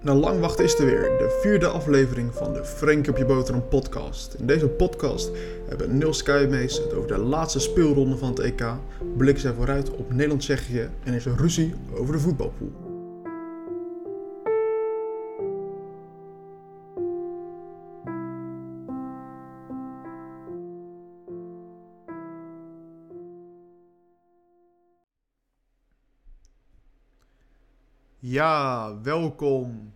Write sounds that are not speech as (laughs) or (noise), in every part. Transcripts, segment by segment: na lang wachten is er weer de vierde aflevering van de Frank op je boterham podcast. In deze podcast hebben Nils Kuijmees het over de laatste speelronde van het EK, blikken zij vooruit op Nederland-Tsjechië en is er ruzie over de voetbalpool. Ja, welkom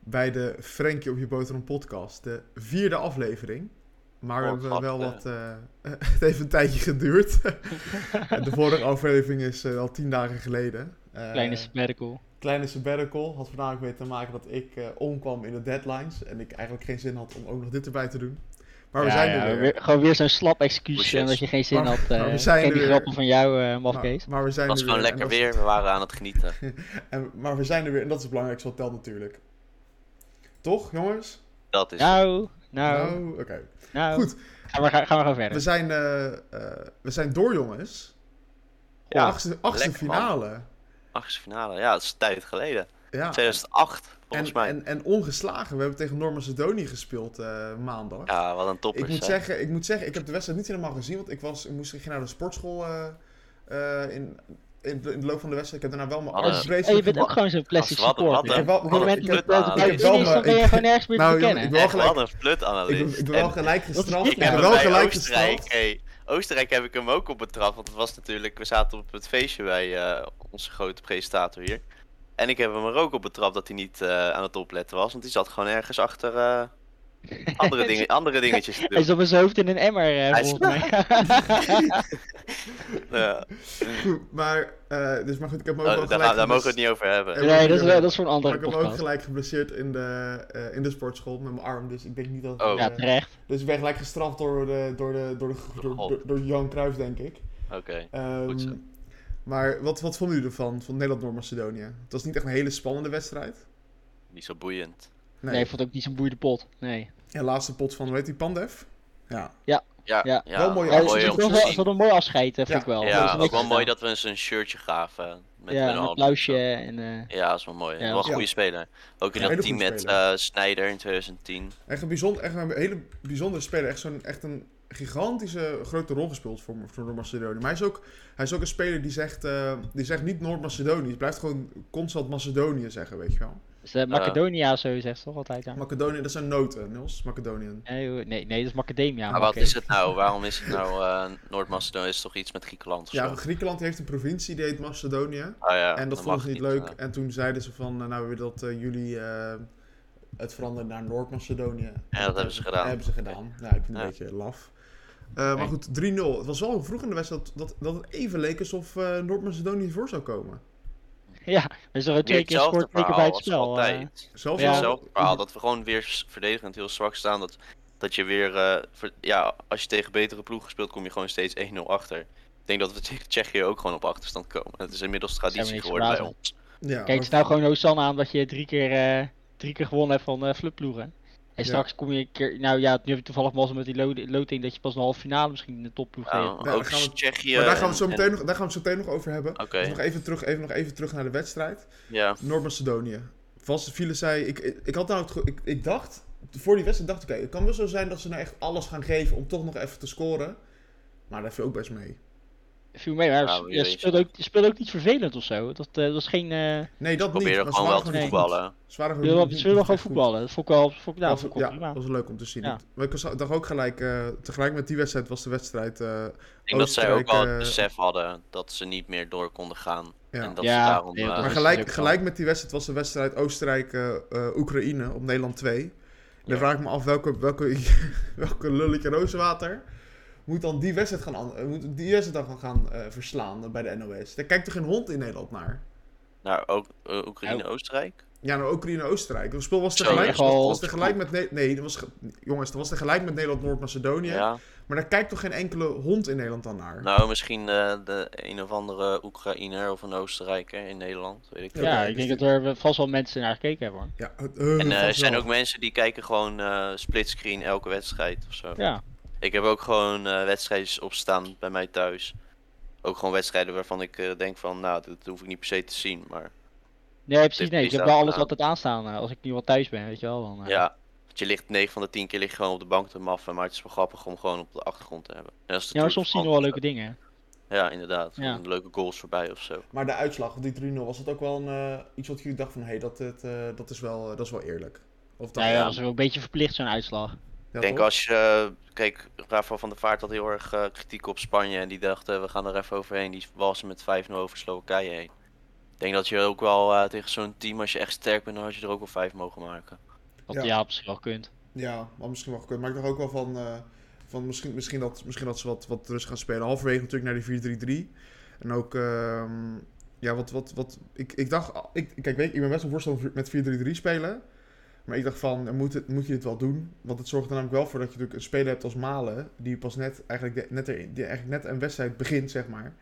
bij de Frankie op je boterham podcast, de vierde aflevering. Maar we Oh, hebben gat, wel eh. wat, eh, (laughs) het heeft een tijdje geduurd. (laughs) de vorige aflevering is eh, al tien dagen geleden. Eh, Kleine sabbatical. kleine sabbatical had voornamelijk mee te maken dat ik eh, omkwam in de deadlines en ik eigenlijk geen zin had om ook nog dit erbij te doen. Maar we Ja, zijn ja, er weer. weer- Gewoon weer zo'n slap excuus Bullshit. en dat je geen zin Maar- had. maar we eh ik zijn ken die er Nou. weer. grappen van jou, eh Maar, Mafkees. maar we zijn Het was er gewoon weer en lekker dat is- weer, we waren aan het genieten. en- maar we zijn er weer en dat is het belangrijkste wat telt natuurlijk. Toch, jongens? Dat is. Nou, nou, Nou, oké. nou. Goed. Gaan we, gaan, gaan we gewoon verder. We zijn, eh, eh, we zijn door, jongens. Ja, achtste achtste lekker, man. finale. Achtste finale, ja, dat is een tijd geleden. Ja. 2008, volgens En, mij. en, en ongeslagen. We hebben tegen Noord-Macedonië gespeeld eh, maandag. Ja, wat een topper. ik, moet hè. zeggen, ik moet zeggen, ik heb de wedstrijd niet helemaal gezien. Want ik, was, ik, moest, ik ging naar de sportschool eh, eh, in, in, de, in de loop van de wedstrijd. Ik heb daarna wel mijn Hadden- arts hey, je vreselijk bent ook gewoon zo'n plastic Gast, Eh, wat Ik een- wat support. heb hè? een- wel- Op ik het heb- moment ik dat heb- wel- dat ik het heb is, wel dan mijn- ben je ik- gewoon nergens meer Nou, te jongen, bekennen. ik wil- gelijk- Echt, wat een ik, flutanalist. ik ben wel En gelijk gestraft. Ik Ik ben ben hebben wel bij gelijk Oostenrijk, gestraft. hey, Oostenrijk heb ik hem ook op betrapt. Want het was natuurlijk, we zaten op het feestje bij eh, onze grote presentator hier. En ik heb hem er ook op betrapt dat hij niet eh, aan het opletten was. Want die zat gewoon ergens achter eh, (laughs) andere, dingen, andere dingetjes te Hij doen. is op zijn hoofd in een emmer, eh Hij is- volgens (laughs) mij. Ja. Goed, (laughs) maar, eh, dus, maar goed, ik heb me ook wel Oh, daar, gelijk daar mogen we geblesseerd. het niet over hebben. Ja, Nee, dat is, wel- dat is voor een Maar andere ik heb me ook podcast. gelijk geblesseerd in de, eh, in de sportschool met mijn arm. Dus ik denk niet dat... Oh. eh, Ja, terecht. Dus ik ben gelijk gestraft door, de, door, de, door, de, door, God. door, door Jan Cruijff, denk ik. Oké. Ehm, Goed zo. maar wat, wat vonden jullie ervan, van Nederland-Noord-Macedonië? Het was niet echt een hele spannende wedstrijd. Niet zo boeiend. Nee. Nee, ik vond het ook niet zo'n boeiende pot. Nee. En laatste pot van, weet die, Pandev? Ja. Ja, Ja. Wel mooi Ja, Ja, Ze mooi ze om te hadden wel- ze zien. hadden een mooi afscheid, eh, vind Ja. ik wel. dat Ja, is Hadden ze ook netjes wel mooi gedaan. dat we eens een shirtje gaven. Met Ja, hun een allen. applausje en... eh, Ja, dat is wel mooi. Ja. Dat was een Ja. goede speler. Ook in Ja, hele dat team goede met speler. eh Snijder in 2010. Ah, Echt een, bijzonder, echt een hele bijzondere speler. Echt, zo'n, echt een gigantische grote rol gespeeld voor, voor Noord-Macedonië. Maar hij is, ook, hij is ook een speler die zegt, eh, die zegt niet Noord-Macedonië. Hij blijft gewoon constant Macedonië zeggen, weet je wel. Dus eh, Macedonia of zo zegt ze toch altijd ja. Macedonië, dat zijn noten, Nils. Macedoniën. Nee, hoor, nee, nee, dat is Macadamia. maar maar wat oké. is het nou? Waarom is het nou eh, Noord-Macedonië? Is toch iets met Griekenland of Ja, zo? Griekenland heeft een provincie die heet Macedonië. Ah ja, en dat dan vonden ze mag niet leuk. eh. En toen zeiden ze van, eh, nou we willen dat eh, jullie eh, het veranderen naar Noord-Macedonië. dat hebben ze gedaan. hebben ze gedaan. Ja, ik vind het een Ja. beetje laf. Eh, maar Nee. goed, 3-0. Het was wel vroeg in de wedstrijd dat, dat, dat het even leek alsof eh, Noord-Macedonië voor zou komen. (laughs) Ja, we zullen Weer twee keer hetzelfde scoort, twee keer bij verhaal het als spel. eh. altijd. Zelfs Ja. al- Hetzelfde verhaal. Dat we gewoon weer s- verdedigend heel zwak staan. Dat, dat je weer... eh, ver- ja, als je tegen betere ploegen speelt, kom je gewoon steeds 1-0 achter. Ik denk dat we tegen Tsjechië ook gewoon op achterstand komen. Het is inmiddels traditie niks geworden bij verbazen. ons. Ja, Kijk, het is nou gewoon Hosanna aan dat je drie keer, eh, drie keer gewonnen hebt van eh Fluploegen. En Ja. straks kom je een keer, nou ja, nu heb je toevallig mazzel met die lo- loting dat je pas een halve finale misschien in de topploeg Ja, tegen. daar ook Nou, gaan we- Tsjechië... maar daar gaan, we en- het zo meteen en- nog, daar gaan we het zo meteen nog over hebben. Oké, Dus nog even terug, even, nog even terug naar de wedstrijd. ja. Noord-Macedonië. Vast vielen zij. Ik, ik, ik had nou het ge- ik, ik dacht. Voor die wedstrijd dacht ik, oké, het kan wel zo zijn dat ze nou echt alles gaan geven om toch nog even te scoren. Maar daar viel ook best mee. Viel mee, maar Nou, ze- wie ja, weet. ze speelden ook, ze speelden ook niet vervelend of zo. Dat, eh, dat was geen. eh Nee, dat niet. Proberen maar gewoon wel te goed. voetballen. Ze waren ze gewoon wilden- Oh, niet- niet ze wilden gewoon echt goed. voetballen. Dat vond ik wel, dat vond ik, nou, Dat dat vond ik was, wel ja, prima. dat was leuk om te zien. Ja. Maar ik was- dacht ook gelijk, eh, tegelijk met die wedstrijd was de wedstrijd. eh, Ik denk dat zij ook wel Oostenrijk, het eh, besef hadden dat ze niet meer door konden gaan. Ja. En dat Ja, ze daarom... nee, eh, dat maar is gelijk, natuurlijk gelijk met die wedstrijd was de wedstrijd Oostenrijk-Oekraïne op Nederland 2. En dan Ja. vraag ik me af welke, welke, (laughs) welke lulletje rozenwater moet dan die wedstrijd gaan, an- eh, moet die wedstrijd dan gaan gaan, eh, verslaan bij de NOS. Daar kijkt toch geen hond in Nederland naar? naar ook, eh, Oekraïne, Oostenrijk? Ja, nou Oekraïne-Oostenrijk. Dat speel was Zo, tegelijk, echt was, wel- was tegelijk met... Ne- nee, dat was, ge- jongens, dat was tegelijk met Nederland-Noord-Macedonië. Ja. Maar daar kijkt toch geen enkele hond in Nederland dan naar? Nou, misschien eh, de een of andere Oekraïner of een Oostenrijker in Nederland, weet ik Ja, veel. ja, oké, ik dus denk dat er eh, vast wel mensen naar gekeken hebben hoor. Ja, En eh, er zijn ook mensen. mensen die kijken gewoon eh, splitscreen elke wedstrijd of zo. Ja, Ik heb ook gewoon eh wedstrijdjes opstaan bij mij thuis. Ook gewoon wedstrijden waarvan ik eh, denk van, nou, dat hoef ik niet per se te zien, maar... Nee, precies. Dit Nee, is ik heb ook wel alles aan. altijd aanstaan. eh, als ik nu wel thuis ben, weet je wel. Dan, eh. Ja. Want je ligt 9 van de 10 keer ligt gewoon op de bank te maffen, maar het is wel grappig om gewoon op de achtergrond te hebben. En als de Ja, maar Tour soms zien we wel verandert, leuke dingen. hè. eh, Ja, inderdaad. Ja. Gewoon Leuke goals voorbij of zo. Maar de uitslag, die 3-0, was dat ook wel een, eh, iets wat jullie dachten van, hé, hey, dat, het, eh, dat, is wel, eh, dat is wel eerlijk? Of dat, Nou ja, dat is wel een beetje verplicht zo'n uitslag. Ja, Ik denk toch? als je. eh, Kijk, Rafael van der Vaart had heel erg eh, kritiek op Spanje. En die dachten, we gaan er even overheen. Die was met 5-0 over Slowakije heen. Ik denk dat je ook wel eh, tegen zo'n team, als je echt sterk bent, dan had je er ook wel 5 mogen maken. Wat Ja. je ja, op zich wel kunt. Ja, maar misschien wel gekund. Maar ik dacht ook wel van, eh, van misschien, misschien, dat, misschien dat ze wat, wat rust gaan spelen. Halverwege natuurlijk naar die 4-3-3. En ook, ehm, ja, wat, wat, wat, ik, ik dacht, ik, kijk, weet, je, ik ben best wel voorstander met 4-3-3 spelen. Maar ik dacht van, moet, het, moet je dit wel doen? Want het zorgt er namelijk wel voor dat je natuurlijk een speler hebt als Malen, die pas net, eigenlijk, de- net, er, die eigenlijk net een wedstrijd begint, zeg maar.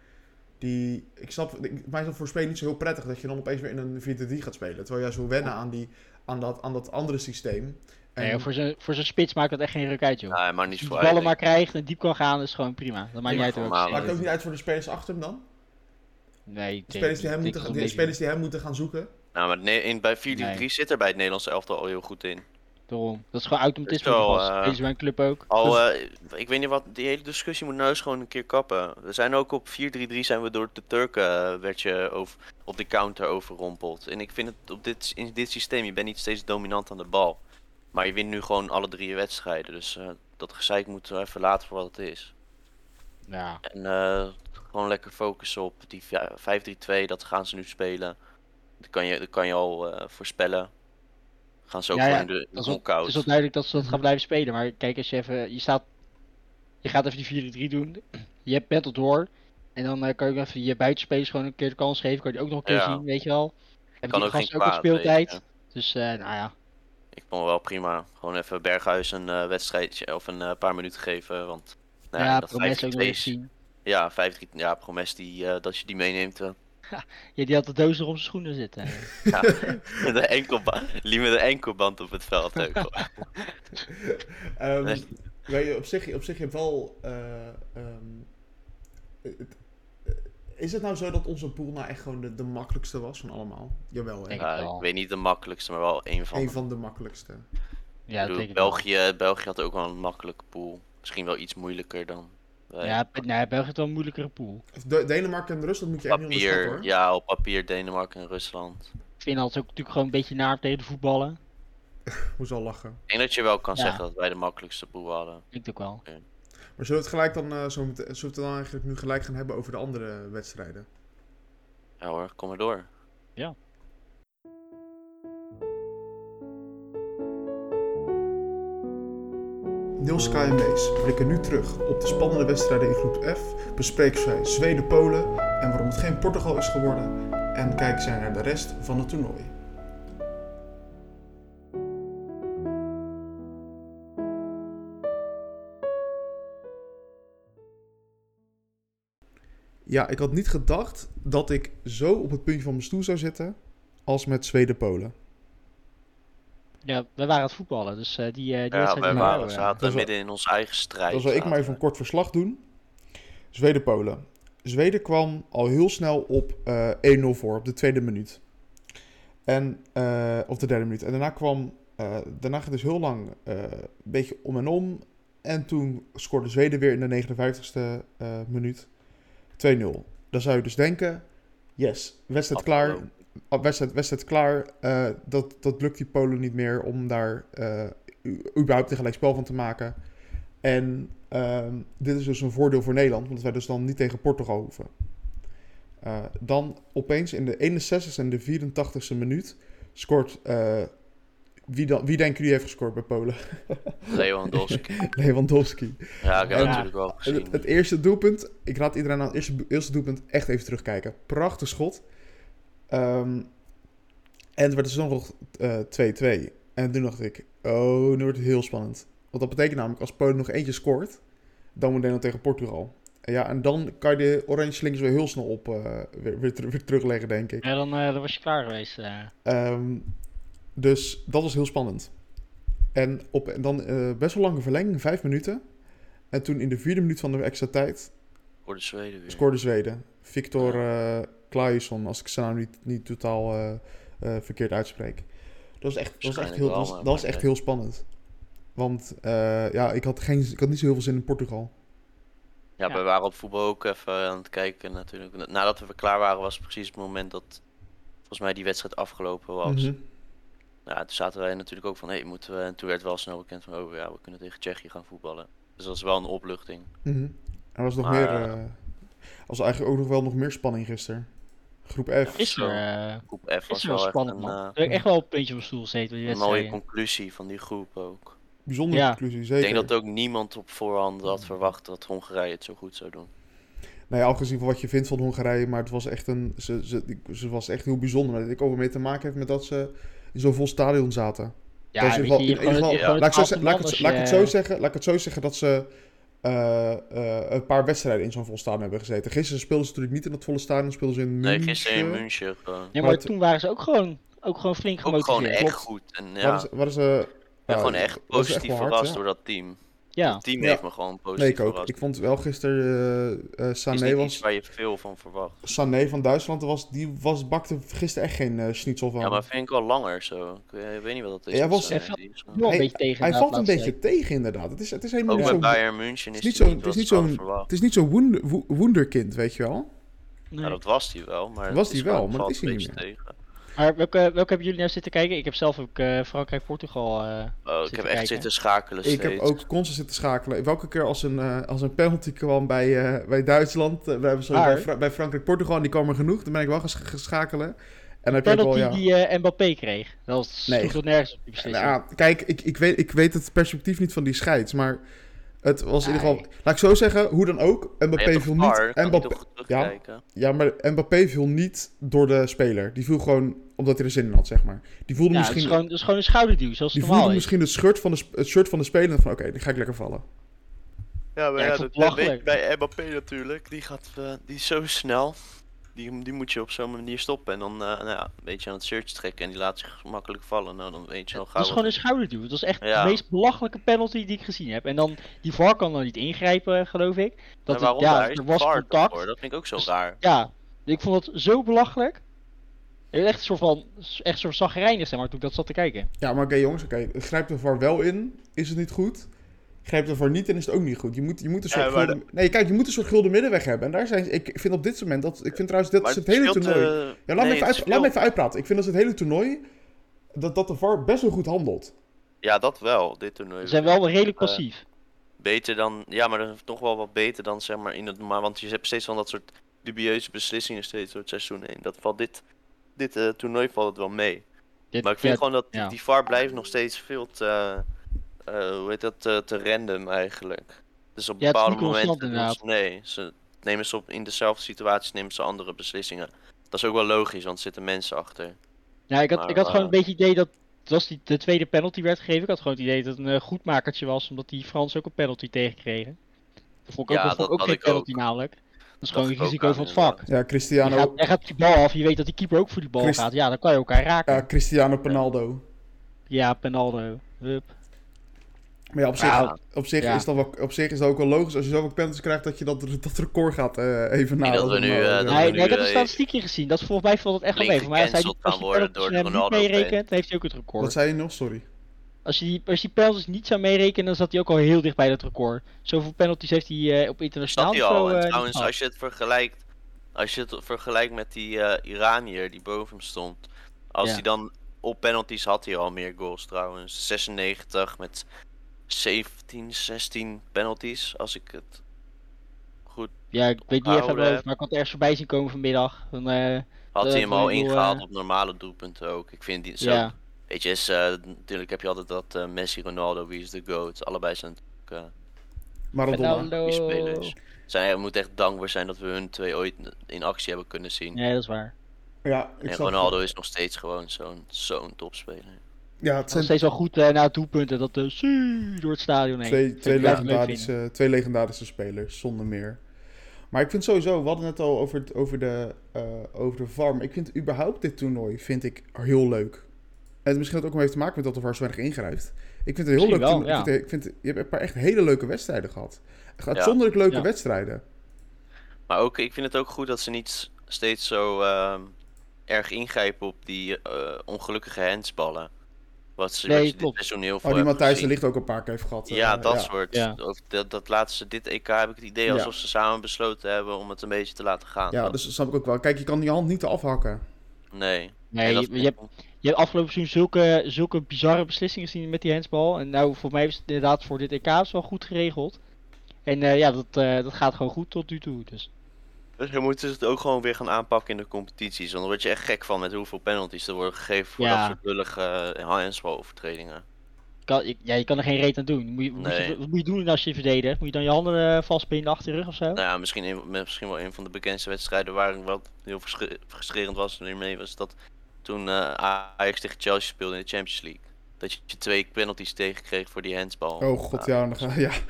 Die, ik snap, ik, mij is dat voor spelen niet zo heel prettig dat je dan opeens weer in een 4-3 gaat spelen. Terwijl jij zo wennen aan, die, aan, dat, aan dat andere systeem. En- Nee, voor zo'n voor zo'n spits maakt dat echt geen ruk uit, joh. Nee, maar niet Als je voor die ballen eigenlijk. maar krijgt en diep kan gaan, is gewoon prima. Dat maakt niet uit voor welke Malen. Maakt speler Maakt het ook het niet uit voor de spelers achter hem dan? is. Nee, De spelers die, hem moeten, gaan- de spelers die hem moeten gaan zoeken? Nou, maar nee, in, bij 4-3-3 Nee. zit er bij het Nederlands elftal al heel goed in. Daarom. Dat is gewoon automatisme. Zo, Zo, eh, Deze is mijn club ook. Dus- Al, eh, ik weet niet wat, die hele discussie moet nou eens gewoon een keer kappen. We zijn ook op 4-3-3 zijn we door de Turken, eh, werd je over, op de counter overrompeld. En ik vind het op dit, in dit systeem, je bent niet steeds dominant aan de bal. Maar je wint nu gewoon alle drie je wedstrijden, dus eh, dat gezeik moeten we even laten voor wat het is. Ja. En eh, gewoon lekker focussen op die vi- 5-3-2, dat gaan ze nu spelen. Dat kan je, dat kan je al eh, voorspellen. Gaan ze ook Ja, voor ja, in de in de dat is wel- knock-out. Dus Het is wel duidelijk dat ze dat gaan blijven spelen. Maar kijk, als je even. Je staat. Je gaat even die 4-3 doen. Je hebt battle door. En dan eh, kan je ook even je buitenspelers gewoon een keer de kans geven. Kan je die ook nog een keer Ja. zien, weet je wel. Hebben Kan die ook geen gasten ook wat kwaad, weet je, speeltijd. ja. Dus eh, nou ja. Ik vond wel prima. Gewoon even Berghuis een eh, wedstrijdje of een eh, paar minuten geven. Want nou ja, dat Promes ook nog 5-3-2 eens is- zien. Ja, 5 ja, Promes die, eh, dat je die meeneemt. eh. Ja, die had de doos er om zijn schoenen zitten. ja. de enkelband. Liep met een enkelband op het veld ook. (laughs) hoor. Ehm, Nee. weet je, op zich, op zich je hebt wel... eh, ehm, het- eh, is het nou zo dat onze pool nou echt gewoon de, de makkelijkste was van allemaal? Jawel, hè? Denk Ja, het wel. ik weet niet de makkelijkste, maar wel één van. Een de- van de makkelijkste. (laughs) Ik ja, dat bedoel, denk ik wel. België, België had ook wel een makkelijke pool. Misschien wel iets moeilijker dan. eh, wij. Ja, Be- nee, België heeft wel een moeilijkere pool. Of De, Denemarken en Rusland moet je echt niet onderschatten, papier, hoor. ja, op papier Denemarken en Rusland. Finland is ook natuurlijk gewoon een beetje naar om tegen de voetballen. Moest al lachen. Ik denk dat je wel kan Ja. zeggen dat wij de makkelijkste pool hadden. Ik denk ook wel. Maar zullen we het gelijk dan, eh, zo meteen- zullen we het dan eigenlijk nu gelijk gaan hebben over de andere wedstrijden? Ja hoor, kom maar door. Niels Kai en Mees blikken nu terug op de spannende wedstrijden in groep F, bespreken zij Zweden-Polen en waarom het geen Portugal is geworden en kijken zij naar de rest van het toernooi. Ja, ik had niet gedacht dat ik zo op het puntje van mijn stoel zou zitten als met Zweden-Polen. Ja, we waren aan het voetballen, dus eh, die, eh die Ja, wedstrijd wij waren- die we- waren, Dat is zaten wel- midden in ons eigen strijd. Dan zal ik maar zaten even een kort verslag doen. Zweden-Polen. Zweden kwam al heel snel op eh, 1-0 voor, op de tweede minuut. En, eh, of de derde minuut. En daarna kwam, eh, daarna ging het dus heel lang eh, een beetje om en om. En toen scoorde Zweden weer in de 59ste eh, minuut 2-0. Dan zou je dus denken, yes, wedstrijd klaar. Afgelopen. Ah, Wedstrijd, wedstrijd klaar. Eh, dat, dat lukt die Polen niet meer om daar eh, u- überhaupt een gelijkspel van te maken. En ehm, dit is dus een voordeel voor Nederland, omdat wij dus dan niet tegen Portugal hoeven. Eh, dan opeens in de 61ste en de 84ste minuut scoort. eh, wie, dan, wie denken jullie heeft gescoord bij Polen? (laughs) Lewandowski. Lewandowski. Ja, ik heb En- het natuurlijk wel En Het, gezien. het eerste doelpunt, ik raad iedereen aan het eerste, eerste doelpunt echt even terugkijken. Prachtig schot. Ehm, en het werd dus nog eh, 2-2. En toen dacht ik, oh, nu wordt het heel spannend. Want dat betekent namelijk, als Polen nog eentje scoort, dan moet Nederland tegen Portugal. En ja, en dan kan je de oranje slingers weer heel snel op eh, weer, weer, ter- weer terugleggen, denk ik. Ja, dan, eh, dan was je klaar geweest. eh. Ehm, dus dat was heel spannend. En, op, en dan eh, best wel lange verlenging, vijf minuten. En toen in de vierde minuut van de extra tijd Voor de Zweden weer. Scoorde Zweden. Victor eh Claesson, als ik zijn naam niet, niet nou totaal eh, eh, verkeerd uitspreek. Dat was echt, dat was echt, Waarschijnlijk heel, dat wel, was, maar dat was echt maakt niet heel spannend. Want eh, ja, ik had, geen, ik had niet zo heel veel zin in Portugal. Ja, Ja. we waren op voetbal ook even aan het kijken natuurlijk. Nadat we klaar waren was precies het moment dat volgens mij die wedstrijd afgelopen was. Mhm. Ja, toen zaten wij natuurlijk ook van, hé, moeten we... En toen werd wel snel bekend van, oh ja, we kunnen tegen Tsjechië gaan voetballen. Dus dat is wel een opluchting. Mhm. Er was nog Maar, meer. eh, eh, er was eigenlijk ook nog wel nog meer spanning gisteren. Groep F. Is Zo. er, eh, Groep F was is er wel wel echt spannend, een, man. eh, Dat ik echt wel op een puntje op mijn stoel gezeten bij die een mooie wedstrijd. conclusie van die groep ook. Bijzondere Ja. conclusie, Ik zeker. Mm. denk dat ook niemand op voorhand had verwacht dat Hongarije het zo goed zou doen. Nou ja, afgezien van wat je vindt van Hongarije, maar het was echt een. Ze, ze, ik- ze was echt heel bijzonder. Dat ik ook mee te maken heeft met dat ze in zo'n vol stadion zaten. Ja, dat is in weet ieder je, geval- je in hebt ieder gewoon- je geval- hebt Laat ik zo gewoon zeggen- het laat ik het- aantal laat ik het zo man als je- zeggen- laat ik het zo zeggen dat ze eh, eh, een paar wedstrijden in zo'n vol stadion hebben gezeten. Gisteren speelden ze natuurlijk niet in dat volle stadion, speelden ze in Nee, München. gisteren in München eh, gewoon. Ja, Maar maar het- toen waren ze ook gewoon, ook gewoon flink Ook gewoon gemotiveerd. echt Klopt. goed. En ja, Waren ze, waren ze, Oh, ik ben ja, gewoon echt was echt positief wel hard, verrast ja. door dat team. Ja, Het team Ja. heeft me gewoon positief Nee, ik ook. verrast. Ik vond wel gisteren eh, eh, Het is Sané niet iets was... waar je veel van verwacht. Sané van Duitsland was, die was, bakte gisteren echt geen eh, schnitzel van. Ja, maar vind ik wel langer zo. Ik eh, weet niet wat dat is. Ja, met was- Sané. Hij valt- Die is, eh, nog Hey, een beetje tegen. Hij na valt het een laatste beetje tegen inderdaad. Het is, het is helemaal Ook niet bij zo... Bayern München het is is niet hij zo'n- niet het is wat niet we hadden zo'n- verwacht. Het is niet zo'n woen- wo- wonderkind, weet je wel. Nee. Ja, Nou, dat was hij wel, maar... Was het hij is gewoon- wel, maar dat valt is hij een niet beetje tegen. Maar welke, welke hebben jullie nou zitten kijken? Ik heb zelf ook eh, Frankrijk-Portugal. eh, Oh, ik Zitten heb echt kijken. zitten schakelen Ik steeds. heb ook constant zitten schakelen. Welke keer als een, eh, als een penalty kwam bij, eh, bij Duitsland, eh, bij, sorry, Maar- bij, Fra- bij Frankrijk-Portugal, en die kwam er genoeg, dan ben ik wel ges- geschakelen. En dan heb je ook penalty wel, ja... die eh, Mbappé kreeg. Dat was Nee. nee. tot nergens op die beslissing. Nou, kijk, ik, ik, weet, ik weet het perspectief niet van die scheids, maar het was in ieder geval... Nee. Laat ik zo zeggen, hoe dan ook, Maar je Mbappé hebt viel toch niet... VAR, kan je Mbappé, toch terugkijken? ja, maar Mbappé viel niet door de speler. Die viel gewoon omdat hij er zin in had, zeg maar. Die voelde ja, dat, is misschien, gewoon, dat is gewoon een schouderduw, zoals het die normaal voelde is. misschien het, shirt van de, sp- het shirt van de speler van... Oké, dan ga ik lekker vallen. Ja, maar Ja, ja, ik vond dat het dat weet je belachelijk. bij Mbappé natuurlijk. Die, gaat, eh, die is zo snel. Die, die moet je op zo'n manier stoppen. En dan eh, nou ja, een beetje aan het shirtje trekken. En die laat zich makkelijk vallen. Nou, dan weet je al gauw. Dat is wat gewoon een schouderduw. Dat was echt Ja. de meest belachelijke penalty die ik gezien heb. En dan, die VAR kan dan niet ingrijpen, geloof ik. Dat Maar hij- waarom ja, daar is er was VAR contact. voor? Dat vind ik ook zo Dus- raar. Ja, ik vond dat zo belachelijk. Ik werd echt een soort van, echt een soort zagrijnig, zeg maar, toen ik dat zat te kijken. Ja, maar oké jongens, oké. Grijpt de VAR wel in, is het niet goed. Grijpt de VAR niet in, is het ook niet goed. Je moet, je moet een Ja, soort maar gulden... Nee, kijk, je moet een soort gulden middenweg hebben. En daar zijn... ze- Ik vind op dit moment... Dat, ik vind trouwens, dat is het hele speelt, toernooi... eh, Ja, laat, nee, me even het uit- laat me speelt- even uitpraten. Ik vind dat het hele toernooi, dat, dat de VAR best wel goed handelt. Ja, dat wel. Dit toernooi. Ze zijn wel redelijk passief. Beter dan. Ja, maar dat is toch wel wat beter dan zeg maar in het. Maar, want je hebt steeds van dat soort dubieuze beslissingen steeds door het seizoen heen. Dat valt dit. Dit eh, toernooi valt het wel mee. Dit- Maar ik vind ja, gewoon dat die- ja. die VAR blijft nog steeds veel te, eh, eh, hoe heet dat, eh, te random eigenlijk. Dus op Ja, het is bepaalde niet constant momenten doen ze, nee, ze nemen ze op, in dezelfde situaties nemen ze andere beslissingen. Dat is ook wel logisch, want er zitten mensen achter. Ja, ik had, Maar, ik had gewoon eh, een beetje het idee dat. Het was die, de tweede penalty werd gegeven. Ik had gewoon het idee dat het een eh, goedmakertje was, omdat die Frans ook een penalty tegenkregen. Dat vond ik Ja, ook, dat dat vond ik ook had geen ik penalty ook. namelijk. Dat is Dacht gewoon ik het ook risico aan, van het vak. Ja, Hij Cristiano, gaat, hij gaat die bal af, je weet dat die keeper ook voor die bal Christ- gaat. Ja, dan kan je elkaar raken. ja, Ja, Cristiano Ronaldo. Penaldo. Hup. Maar ja, op zich, Ja. op zich, Ja. Is dat wel, op zich is dat ook wel logisch. Als je zoveel penalties krijgt, dat je dat, dat record gaat eh, even na. dat we nu, eh, dat Nee, we nee, ik heb nu, de eh, statistieken gezien. Dat volgens mij valt dat echt wel Link mee. Voor mij als hij die, gecanceld als die gaan worden penalties door hem niet Ronaldo meerekent, fan. dan heeft hij ook het record. Wat zei je nog? Sorry. Als je, die, als je die penalties niet zou meerekenen, dan zat hij ook al heel dicht bij dat record. Zoveel penalties heeft hij eh, op internationaal Zat hij al. niveau. eh, En niet trouwens, gehad. als je het vergelijkt, als je het vergelijkt met die eh, Iranier die boven hem stond, als Ja. hij dan op penalties had hij al meer goals trouwens, 96 met 17, 16 penalties, als ik het goed Ja, ik weet niet echt uit mijn Onthouden, hoofd, maar ik had ergens voorbij zien komen vanmiddag. Dan, eh, had Dat hij hem vond al ik wel, ingehaald eh, op normale doelpunten ook. Ik vind die zo. ja. Weet je, is, eh, natuurlijk heb je altijd dat eh, Messi, Ronaldo, wie is de goat. Allebei zijn natuurlijk Maradona. eh, die Ronaldo. spelers. Zijn, we moeten echt dankbaar zijn dat we hun twee ooit in actie hebben kunnen zien. Nee, dat is waar. Ja, ik En zag- Ronaldo is nog steeds gewoon zo'n zo'n topspeler. Ja, het Het is zijn steeds wel goed eh, na het doelpunt en dat de door het stadion heen. twee, Dat twee, ik blijf het leuk legendarische, twee legendarische spelers, zonder meer. Maar ik vind sowieso, we hadden het al over, het- over, de, eh over de VAR. maar Ik vind überhaupt dit toernooi vind ik heel leuk. En misschien dat ook wel heeft te maken met dat de VAR zo weinig ingrijpt. Ik vind het een heel Misschien leuk. wel, toernooi. ja. ik vind, ik vind, je hebt een paar echt hele leuke wedstrijden gehad. Echt Uitzonderlijk leuke Ja. wedstrijden. Oh, Maar ook, ik vind het ook goed dat ze niet s- steeds zo ehm, erg ingrijpen op die eh, ongelukkige handsballen. Wat ze, Nee, wat je dit klopt. seizoen heel veel Oh, die hebben Matthijs de gezien. Ligt ook een paar keer heeft gehad. eh, Ja, dat soort. Ja. Of dat, dat laatste, dit EK heb ik het idee Ja. alsof ze samen besloten hebben om het een beetje te laten gaan. Ja, Dat- dus dat snap ik ook wel. Kijk, je kan die hand niet afhakken. Nee. Nee, dat is je, je hebt, je hebt afgelopen seizoen zulke, zulke bizarre beslissingen gezien met die handsbal. En nou, voor mij is het inderdaad voor dit EK best wel goed geregeld. En eh, ja, dat, eh, dat gaat gewoon goed tot nu toe. Dus Dus je moet het ook gewoon weer gaan aanpakken in de competities. Want dan word je echt gek van met hoeveel penalties er worden gegeven voor Ja. dat soort lullige eh, handsbal overtredingen. kan, je- ja, je kan er geen reet aan doen. Moet je, moet je- Nee. wat moet je doen als je verdedigt? Moet je dan je handen eh, vastbinden achter je rug of zo? Nou ja, misschien, een- misschien wel een van de bekendste wedstrijden waar wat heel versche- frustrerend was en hiermee was dat toen eh, Ajax tegen Chelsea speelde in de Champions League. Dat je twee penalties tegenkreeg voor die handsbal. Oh god, ja. Dan ga, ja. Echt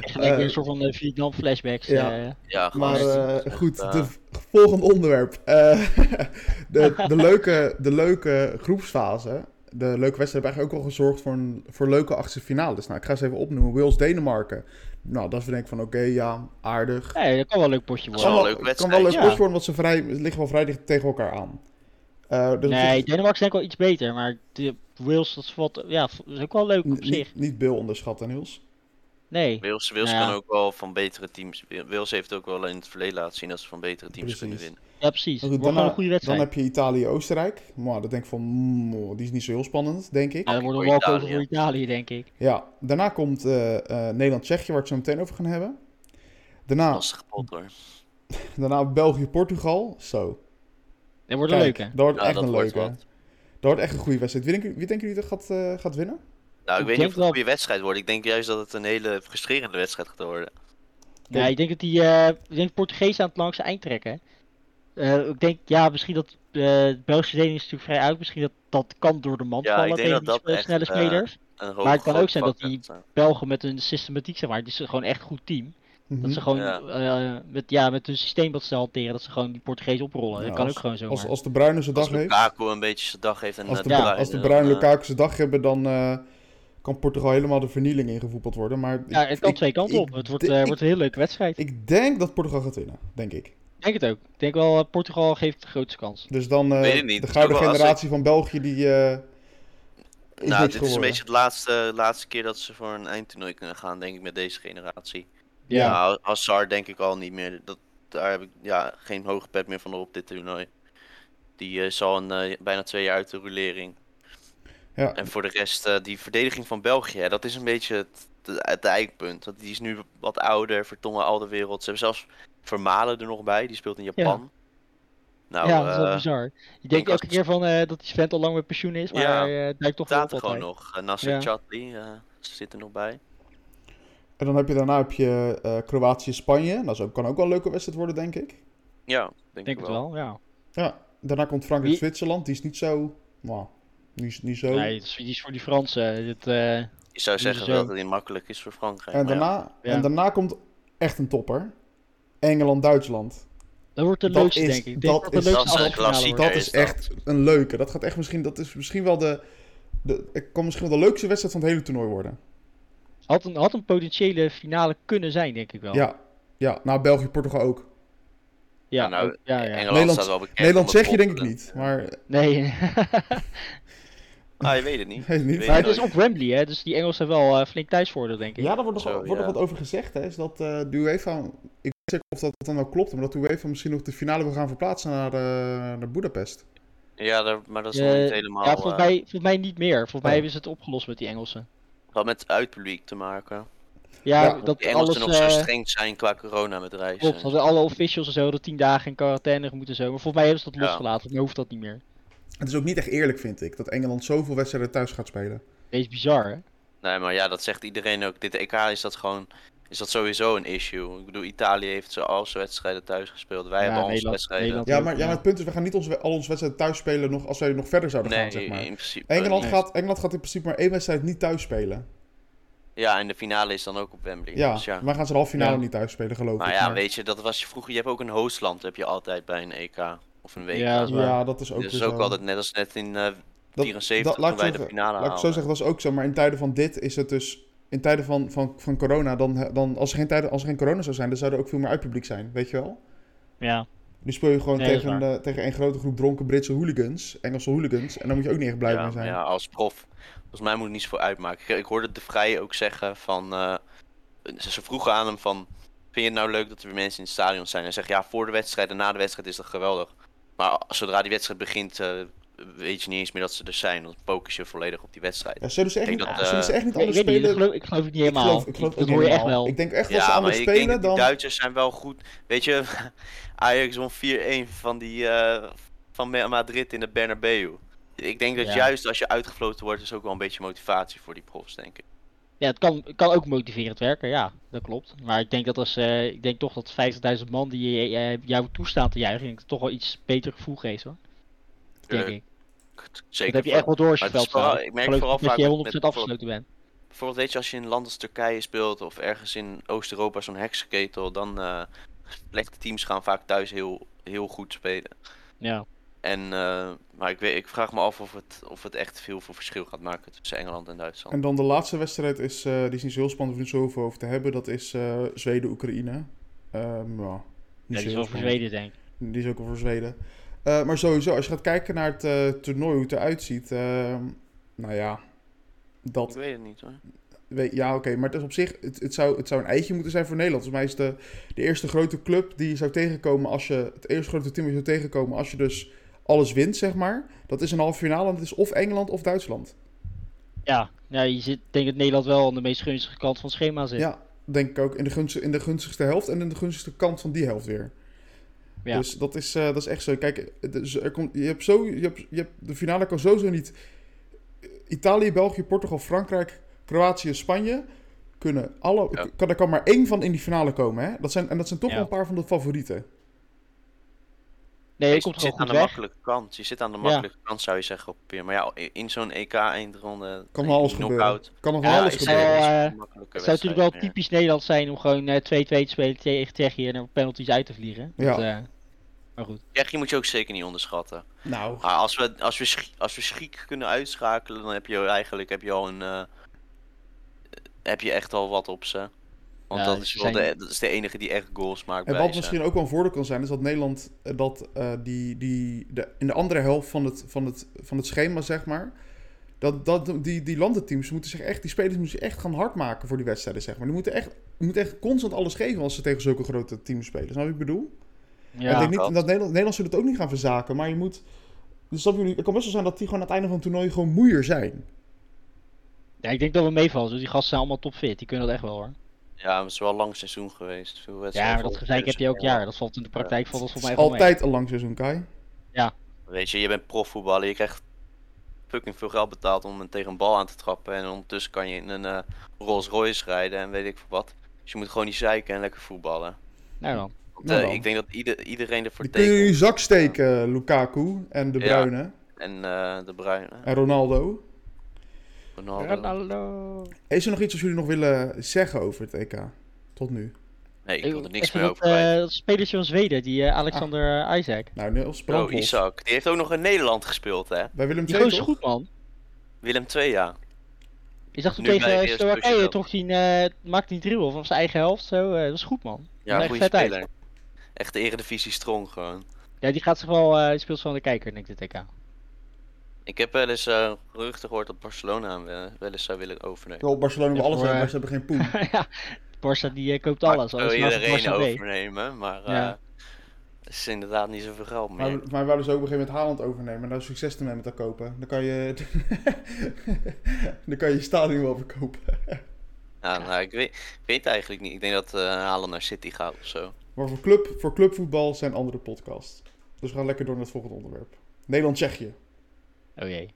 gelijk eh, weer een soort van eh, Vietnam flashbacks. ja. eh. Ja, gewoon Maar echt- eh, echt, goed, eh, de v- volgende onderwerp. Eh, (laughs) (laughs) de, de, leuke, de leuke groepsfase. De leuke wedstrijden hebben eigenlijk ook al gezorgd voor, een, voor leuke achtste finales. Nou, ik ga ze even opnoemen. Wales-Denemarken. Nou, dat is denk ik van oké, ja, aardig. Nee, dat kan wel een leuk potje Dat worden. is Kan wel, wel een leuke kan wel leuk wedstrijd, ja. sport worden, want ze vrij, ze liggen wel vrij dicht tegen elkaar aan. Eh, dus op Nee, zich- Denemarken is denk ik wel iets beter. Maar de Wales, dat is, wat, ja, is ook wel leuk op niet- niet, zich. niet Bill onderschatten, Niels. Nee. Wales, Wales Nou ja. kan ook wel van betere teams. Wales heeft ook wel in het verleden laten zien dat ze van betere teams Precies. kunnen winnen. Ja, precies. Dan, eh, Het wordt gewoon een goede wedstrijd. dan heb je Italië-Oostenrijk. Maar dat denk ik van, mm, die is niet zo heel spannend, denk ik. Ja, dat wordt een voor walkover Italië. voor Italië, denk ik. Ja, daarna komt eh, eh, Nederland-Tsjechië, waar we het zo meteen over gaan hebben. Daarna, Lastig pot hoor. daarna België-Portugal. Zo. Dat wordt een Kijk, leuke. Dat wordt Ja, echt dat een wordt Nou, leuke. wat. Dat wordt echt een goede wedstrijd. Wie denken, wie denken jullie dat gaat, eh, gaat winnen? Nou, ik, weet niet Ik denk of het wel- een goede wedstrijd wordt. Ik denk juist dat het een hele frustrerende wedstrijd gaat worden. Ja, ik denk dat die eh ik denk de Portugezen aan het langste eind trekken. Eh, ik denk, ja, misschien dat eh, de Belgische deling is natuurlijk vrij uit. Misschien dat dat kan door de mand Ja, ik vallen denk tegen dat die dat spe- echt, snelle eh, spelers. Een hoge, Maar het kan grote ook zijn dat factor. die- Belgen met hun systematiek, zeg maar. Het is gewoon echt een goed team. Mhm. Dat ze gewoon Ja. eh, met, ja, met hun systeem wat ze hanteren, dat ze gewoon die Portugezen oprollen. Ja, dat kan als- ook gewoon zo. Als, als de Bruine zijn dag Als heeft. Lukaku een beetje zijn dag heeft en Als eh, de, Ja. Bruin, als de eh, Bruin dan, eh, Lukaku zijn dag hebben, dan eh, kan Portugal helemaal de vernieling ingevoepeld worden. Maar ik- Ja, het kan ik- twee kanten ik op. Het wordt, de- eh, ik- wordt een hele leuke wedstrijd. Ik Ik denk dat Portugal gaat winnen, denk ik. denk het ook. Ik denk wel, eh, Portugal geeft de grootste kans. Dus dan eh, Weet ik niet. de Het is ook gouden wel als generatie van België, die eh, is niks nou, dit is een geworden. beetje het laatste, laatste keer dat ze voor een eindtoernooi kunnen gaan, denk ik, met deze generatie. Ja. Ja. Hazard denk ik al niet meer. Dat, daar heb ik ja, geen hoge pet meer van op dit toernooi. Die eh, is al een, eh, bijna twee jaar uit de rolering. Ja. En voor de rest, eh, die verdediging van België, hè, dat is een beetje het, het, het eikpunt. Want die is nu wat ouder, Vertongen al de wereld. Ze hebben zelfs Vermalen er nog bij, die speelt in Japan. Nou, ja, dat is wel eh, bizar. Je denk denkt als- elke keer van eh, dat die vent al lang met pensioen is, maar Ja, hij eh, duikt toch wel staat op er gewoon altijd. nog. Eh, Nasser Ja. Chadli eh, zit er nog bij. En dan heb je daarna heb je eh, Kroatië, Spanje. Nou, zo kan ook wel een leuke wedstrijd worden, denk ik. Ja, denk, Ik denk ik het wel. wel, ja. Ja. Daarna komt Frankrijk, Wie- Zwitserland. Die is niet zo. Nou, die is niet zo. Nee, dat is, die is voor die Fransen. Dit, eh, Je zou Doen ze zeggen zo. dat het niet makkelijk is voor Frankrijk. en, maar ja. daarna, Ja. en daarna komt echt een topper. Engeland, Duitsland. dat wordt de Dat leukste, is- denk ik. Ik denk dat dat de is- leukste dat is een affinale klassieker. wordt. Dat is is dat. echt een leuke. Dat gaat echt misschien. Dat is misschien wel de. de het kan misschien wel de leukste wedstrijd van het hele toernooi worden. Had een, had een potentiële finale kunnen zijn, denk ik wel. Ja. Ja. Nou, België, Portugal ook. ja, Ja, nou, ook- ja, ja. Engeland Nederland- staat wel bekend. Nederland om het zeg je denk ik potten. niet. Maar. (laughs) Nee, (laughs) Ah, je weet het (laughs) niet. Weet het niet. Je maar weet het is nooit. op Wembley, hè, dus die Engelsen hebben wel eh, flink thuisvoordeel, denk ik. Ja, daar wordt nog, Zo, wordt nog ja. wat over gezegd. Hè, is dat eh de UEFA. Ik weet niet zeker of dat dan nou klopt. Maar dat de UEFA misschien nog de finale wil gaan verplaatsen naar, eh naar Budapest. Ja, daar- maar dat is Eh, nog niet helemaal. ja, Ja, volgens mij, volgens mij niet meer. Volgens mij Oh. hebben ze het opgelost met die Engelsen. Wat met uitpubliek te maken. Ja, Ja, Dat dat de Engelsen alles... nog zo eh. eh, streng zijn qua corona met reizen. Klopt, hadden alle officials en zo de tien dagen in quarantaine moeten zo. Maar volgens mij hebben ze dat Ja. losgelaten, want nu hoeft dat niet meer. Het is ook niet echt eerlijk, vind ik. Dat Engeland zoveel wedstrijden thuis gaat spelen. Dat is bizar, hè? Nee, maar ja, dat zegt iedereen ook. Dit EK is dat gewoon. Is dat sowieso een issue? Ik bedoel, Italië heeft zo al zijn wedstrijden thuis gespeeld. Wij Ja, hebben al onze Nederland- wedstrijden. Nederland Ja, maar, ja, maar het punt is, we gaan niet onze, al onze wedstrijden thuis spelen nog, als wij nog verder zouden Nee, gaan, zeg maar. in principe. Engeland niet. gaat, Engeland gaat in principe maar één wedstrijd niet thuis spelen. Ja, en de finale is dan ook op Wembley. Ja, dus ja. maar gaan ze de halve finale Ja. niet thuis spelen, geloof Maar ik. ja, weet je, dat was je vroeger. Je hebt ook een hostland, heb je altijd bij een EK of een WK. Ja, dat is waar. Ja, dat is ook dat weer is ook zo. altijd net als net in eh Dat- 74 dat- laat toen ik zo wij de zeggen- finale Laat ik het zo haalden. zeggen, dat is ook zo. Maar in tijden van dit is het dus... In tijden van, van, van corona, dan, dan, als, er geen tijden, als er geen corona zou zijn, dan zou er ook veel meer uitpubliek zijn, weet je wel? Ja. Nu speel je gewoon Nee, dat is tegen, een, eh, tegen een grote groep dronken Britse hooligans, Engelse hooligans. En daar moet je ook niet echt blij mee ja, zijn. ja, als prof. Volgens mij moet het niets voor uitmaken. Ik, ik hoorde De Vrij ook zeggen van... eh, ze, ze vroegen aan hem van... Vind je het nou leuk dat er weer mensen in het stadion zijn? Hij zegt ja, voor de wedstrijd en na de wedstrijd is dat geweldig. Maar a- zodra die wedstrijd begint... eh, weet je niet eens meer dat ze er zijn. Dan focus je volledig op die wedstrijd. Ja, zullen ze echt Ik niet, denk dat, zullen ze echt niet Ja, ik anders weet niet, dat spelen? geloof, ik geloof het niet Ik helemaal. geloof- ik geloof het dat ook hoor je niet echt helemaal. wel. Ik denk echt dat ze Ja, maar anders ik denk dat spelen die dan... Duitsers zijn wel goed. Weet je, (laughs) Ajax won 4-1 van, die, eh, van Ma- Madrid in de Bernabeu. Ik denk dat Ja. juist als je uitgefloten wordt, is ook wel een beetje motivatie voor die profs, denk ik. Ja, het kan, het kan ook motiverend werken, ja, dat klopt. Maar ik denk dat als, eh, ik denk toch dat 50.000 man die eh, jou toestaan te juichen, ik denk dat het toch wel iets beter gevoel geeft hoor. Denk Tuurlijk, ik. Zeker. Dat heb je voor- echt wel door als je maar het is veld staat. vooral- ik merk Geloof vooral dat vaak je met- 100% met- afgesloten bent. Bijvoorbeeld, weet je, als je in een land als Turkije speelt of ergens in Oost-Europa zo'n heksenketel, dan eh slechte teams gaan vaak thuis heel, heel goed spelen. Ja. En, eh, maar ik, weet, ik vraag me af of het, of het echt veel voor verschil gaat maken tussen Engeland en Duitsland. En dan de laatste wedstrijd is, eh, die is niet zo heel spannend, hoeven we niet zoveel over te hebben. Dat is eh, Zweden-Oekraïne. Ehm, ja, Ja, niet die zo is heel wel spannend. voor Zweden, denk ik. Die is ook wel voor Zweden. Eh, maar sowieso, als je gaat kijken naar het eh, toernooi, hoe het eruit ziet. ehm, nou ja, dat Ik weet het niet hoor. Weet- ja, oké, maar het is op zich, het, het, zou, het zou een eitje moeten zijn voor Nederland. Volgens mij is de, de eerste grote club die je zou tegenkomen als je, het eerste grote team die je zou tegenkomen als je dus alles wint, zeg maar. Dat is een halve finale en dat is of Engeland of Duitsland. Ja, ja, je zit, ik denk dat Nederland wel aan de meest gunstige kant van het schema zit. Ja, denk ik ook. In de, gunst, in de gunstigste helft en in de gunstigste kant van die helft weer. Ja. Dus dat is, eh, dat is echt zo. Kijk, het is- er komt, je hebt zo, je hebt, je hebt, de finale kan sowieso niet... Italië, België, Portugal, Frankrijk, Kroatië, Spanje... Kunnen alle, Ja. kan, er kan maar één van in die finale komen. Hè? Dat zijn, en dat zijn toch Ja. wel een paar van de favorieten. Nee, Je dat komt zit gewoon aan goed de weg. makkelijke kant. Je zit aan de Ja. makkelijke kant, zou je zeggen, op papier. Maar ja, in- in zo'n E EK-eindronde... Kan van alles gebeuren. eh, knock-out, Kan er van Ja, alles ik is zou- gebeuren. geen eh, makkelijke Het zou natuurlijk wel wedstrijd meer. typisch Nederland zijn om gewoon eh, 2-2 te spelen tegen Tsjechië en er op penalties uit te vliegen. Ja. Dat, eh, maar goed. Tsjechië moet je ook zeker niet onderschatten. Nou, Maar als we, als, we Schie- als we Schiek kunnen uitschakelen, dan heb je eigenlijk heb je al een. eh, heb je echt al wat op ze. Want Ja, dat, ze is wel zijn- de, dat is de enige die echt goals maakt. En bij wat ze. misschien ook wel een voordeel kan zijn, is dat Nederland eh, dat eh, die, die, de, in de andere helft van het, van het, van het schema, zeg maar. Dat, dat die, die landenteams moeten zich echt, die spelers moeten zich echt gaan hard maken voor die wedstrijden, zeg maar. Die moeten echt, die moeten echt constant alles geven als ze tegen zulke grote teams spelen. Snap je wat ik bedoel? En Ja, ik denk niet dat klopt. Nederland, Nederland zullen het ook niet gaan verzaken, maar je moet. Dus dat jullie, het kan best wel zijn dat die gewoon aan het einde van het toernooi gewoon moeier zijn. Ja, ik denk dat we meevallen. Dus die gasten zijn allemaal topfit. Die kunnen dat echt wel hoor. Ja, maar het is wel een lang seizoen geweest. Veel Ja, wedstrijden maar dat volgen, gezeik dus- heb je elk jaar. Dat valt in de praktijk valt dat Het volgens mij is gewoon mee. altijd een lang seizoen, Kai. Weet je, je bent profvoetballer. Je krijgt fucking veel geld betaald om een- tegen een bal aan te trappen. En ondertussen kan je in een eh, Rolls Royce rijden en weet ik veel wat. Dus je moet gewoon niet zeiken en lekker voetballen. Nou dan. Want, Nou eh, dan. ik denk dat ieder, iedereen ervoor Die kun je in tekent. je zak steken, Lukaku en De Ja. Bruyne En eh, de Bruyne, en Ronaldo. Ronaldo. Is er nog iets wat jullie nog willen zeggen over het EK? Tot nu. Nee, ik wil er niks Even meer dat, over kwijt. eh, dat spelertje van Zweden, die eh, Alexander Isaac. Nou, Niels Bro, Brandlos. Isaac. Die heeft ook nog in Nederland gespeeld, hè? Bij Willem Die II, gozer is toch? goed man. Willem 2, ja. Je zag toen Nu bij tegen de eh, eerste Slowakije positie toch die eh maakte die dribbel van zijn eigen helft. Zo, eh, dat is goed man. Ja, Legt goede vet uit. speler. Echt de eredivisie strong gewoon. Ja, die gaat zich wel, eh, die speelt zo aan de kijker denk ik dit TK. Ik heb wel eens eh geruchten gehoord dat Barcelona hem wel- wel eens zou willen overnemen. Wel, Barcelona wil Ja, alles voor, hebben, maar eh, ze hebben geen poen. (laughs) ja, Barca die eh, koopt alles. Maar alles wil vanaf het iedereen Barca B. overnemen, maar eh Ja. het is inderdaad niet zoveel geld meer. Maar, maar wilden ze ook op een gegeven moment Haaland overnemen en daar succes te mee met dat kopen. Dan kan je... (laughs) dan kan je je stadion wel verkopen. Ja, nou, ik, weet, ik weet het eigenlijk niet. Ik denk dat eh Haaland naar City gaat of zo. Maar voor, club, voor clubvoetbal zijn andere podcasts. Dus we gaan lekker door naar het volgende onderwerp. Nederland-Tsjechië. Oh jee.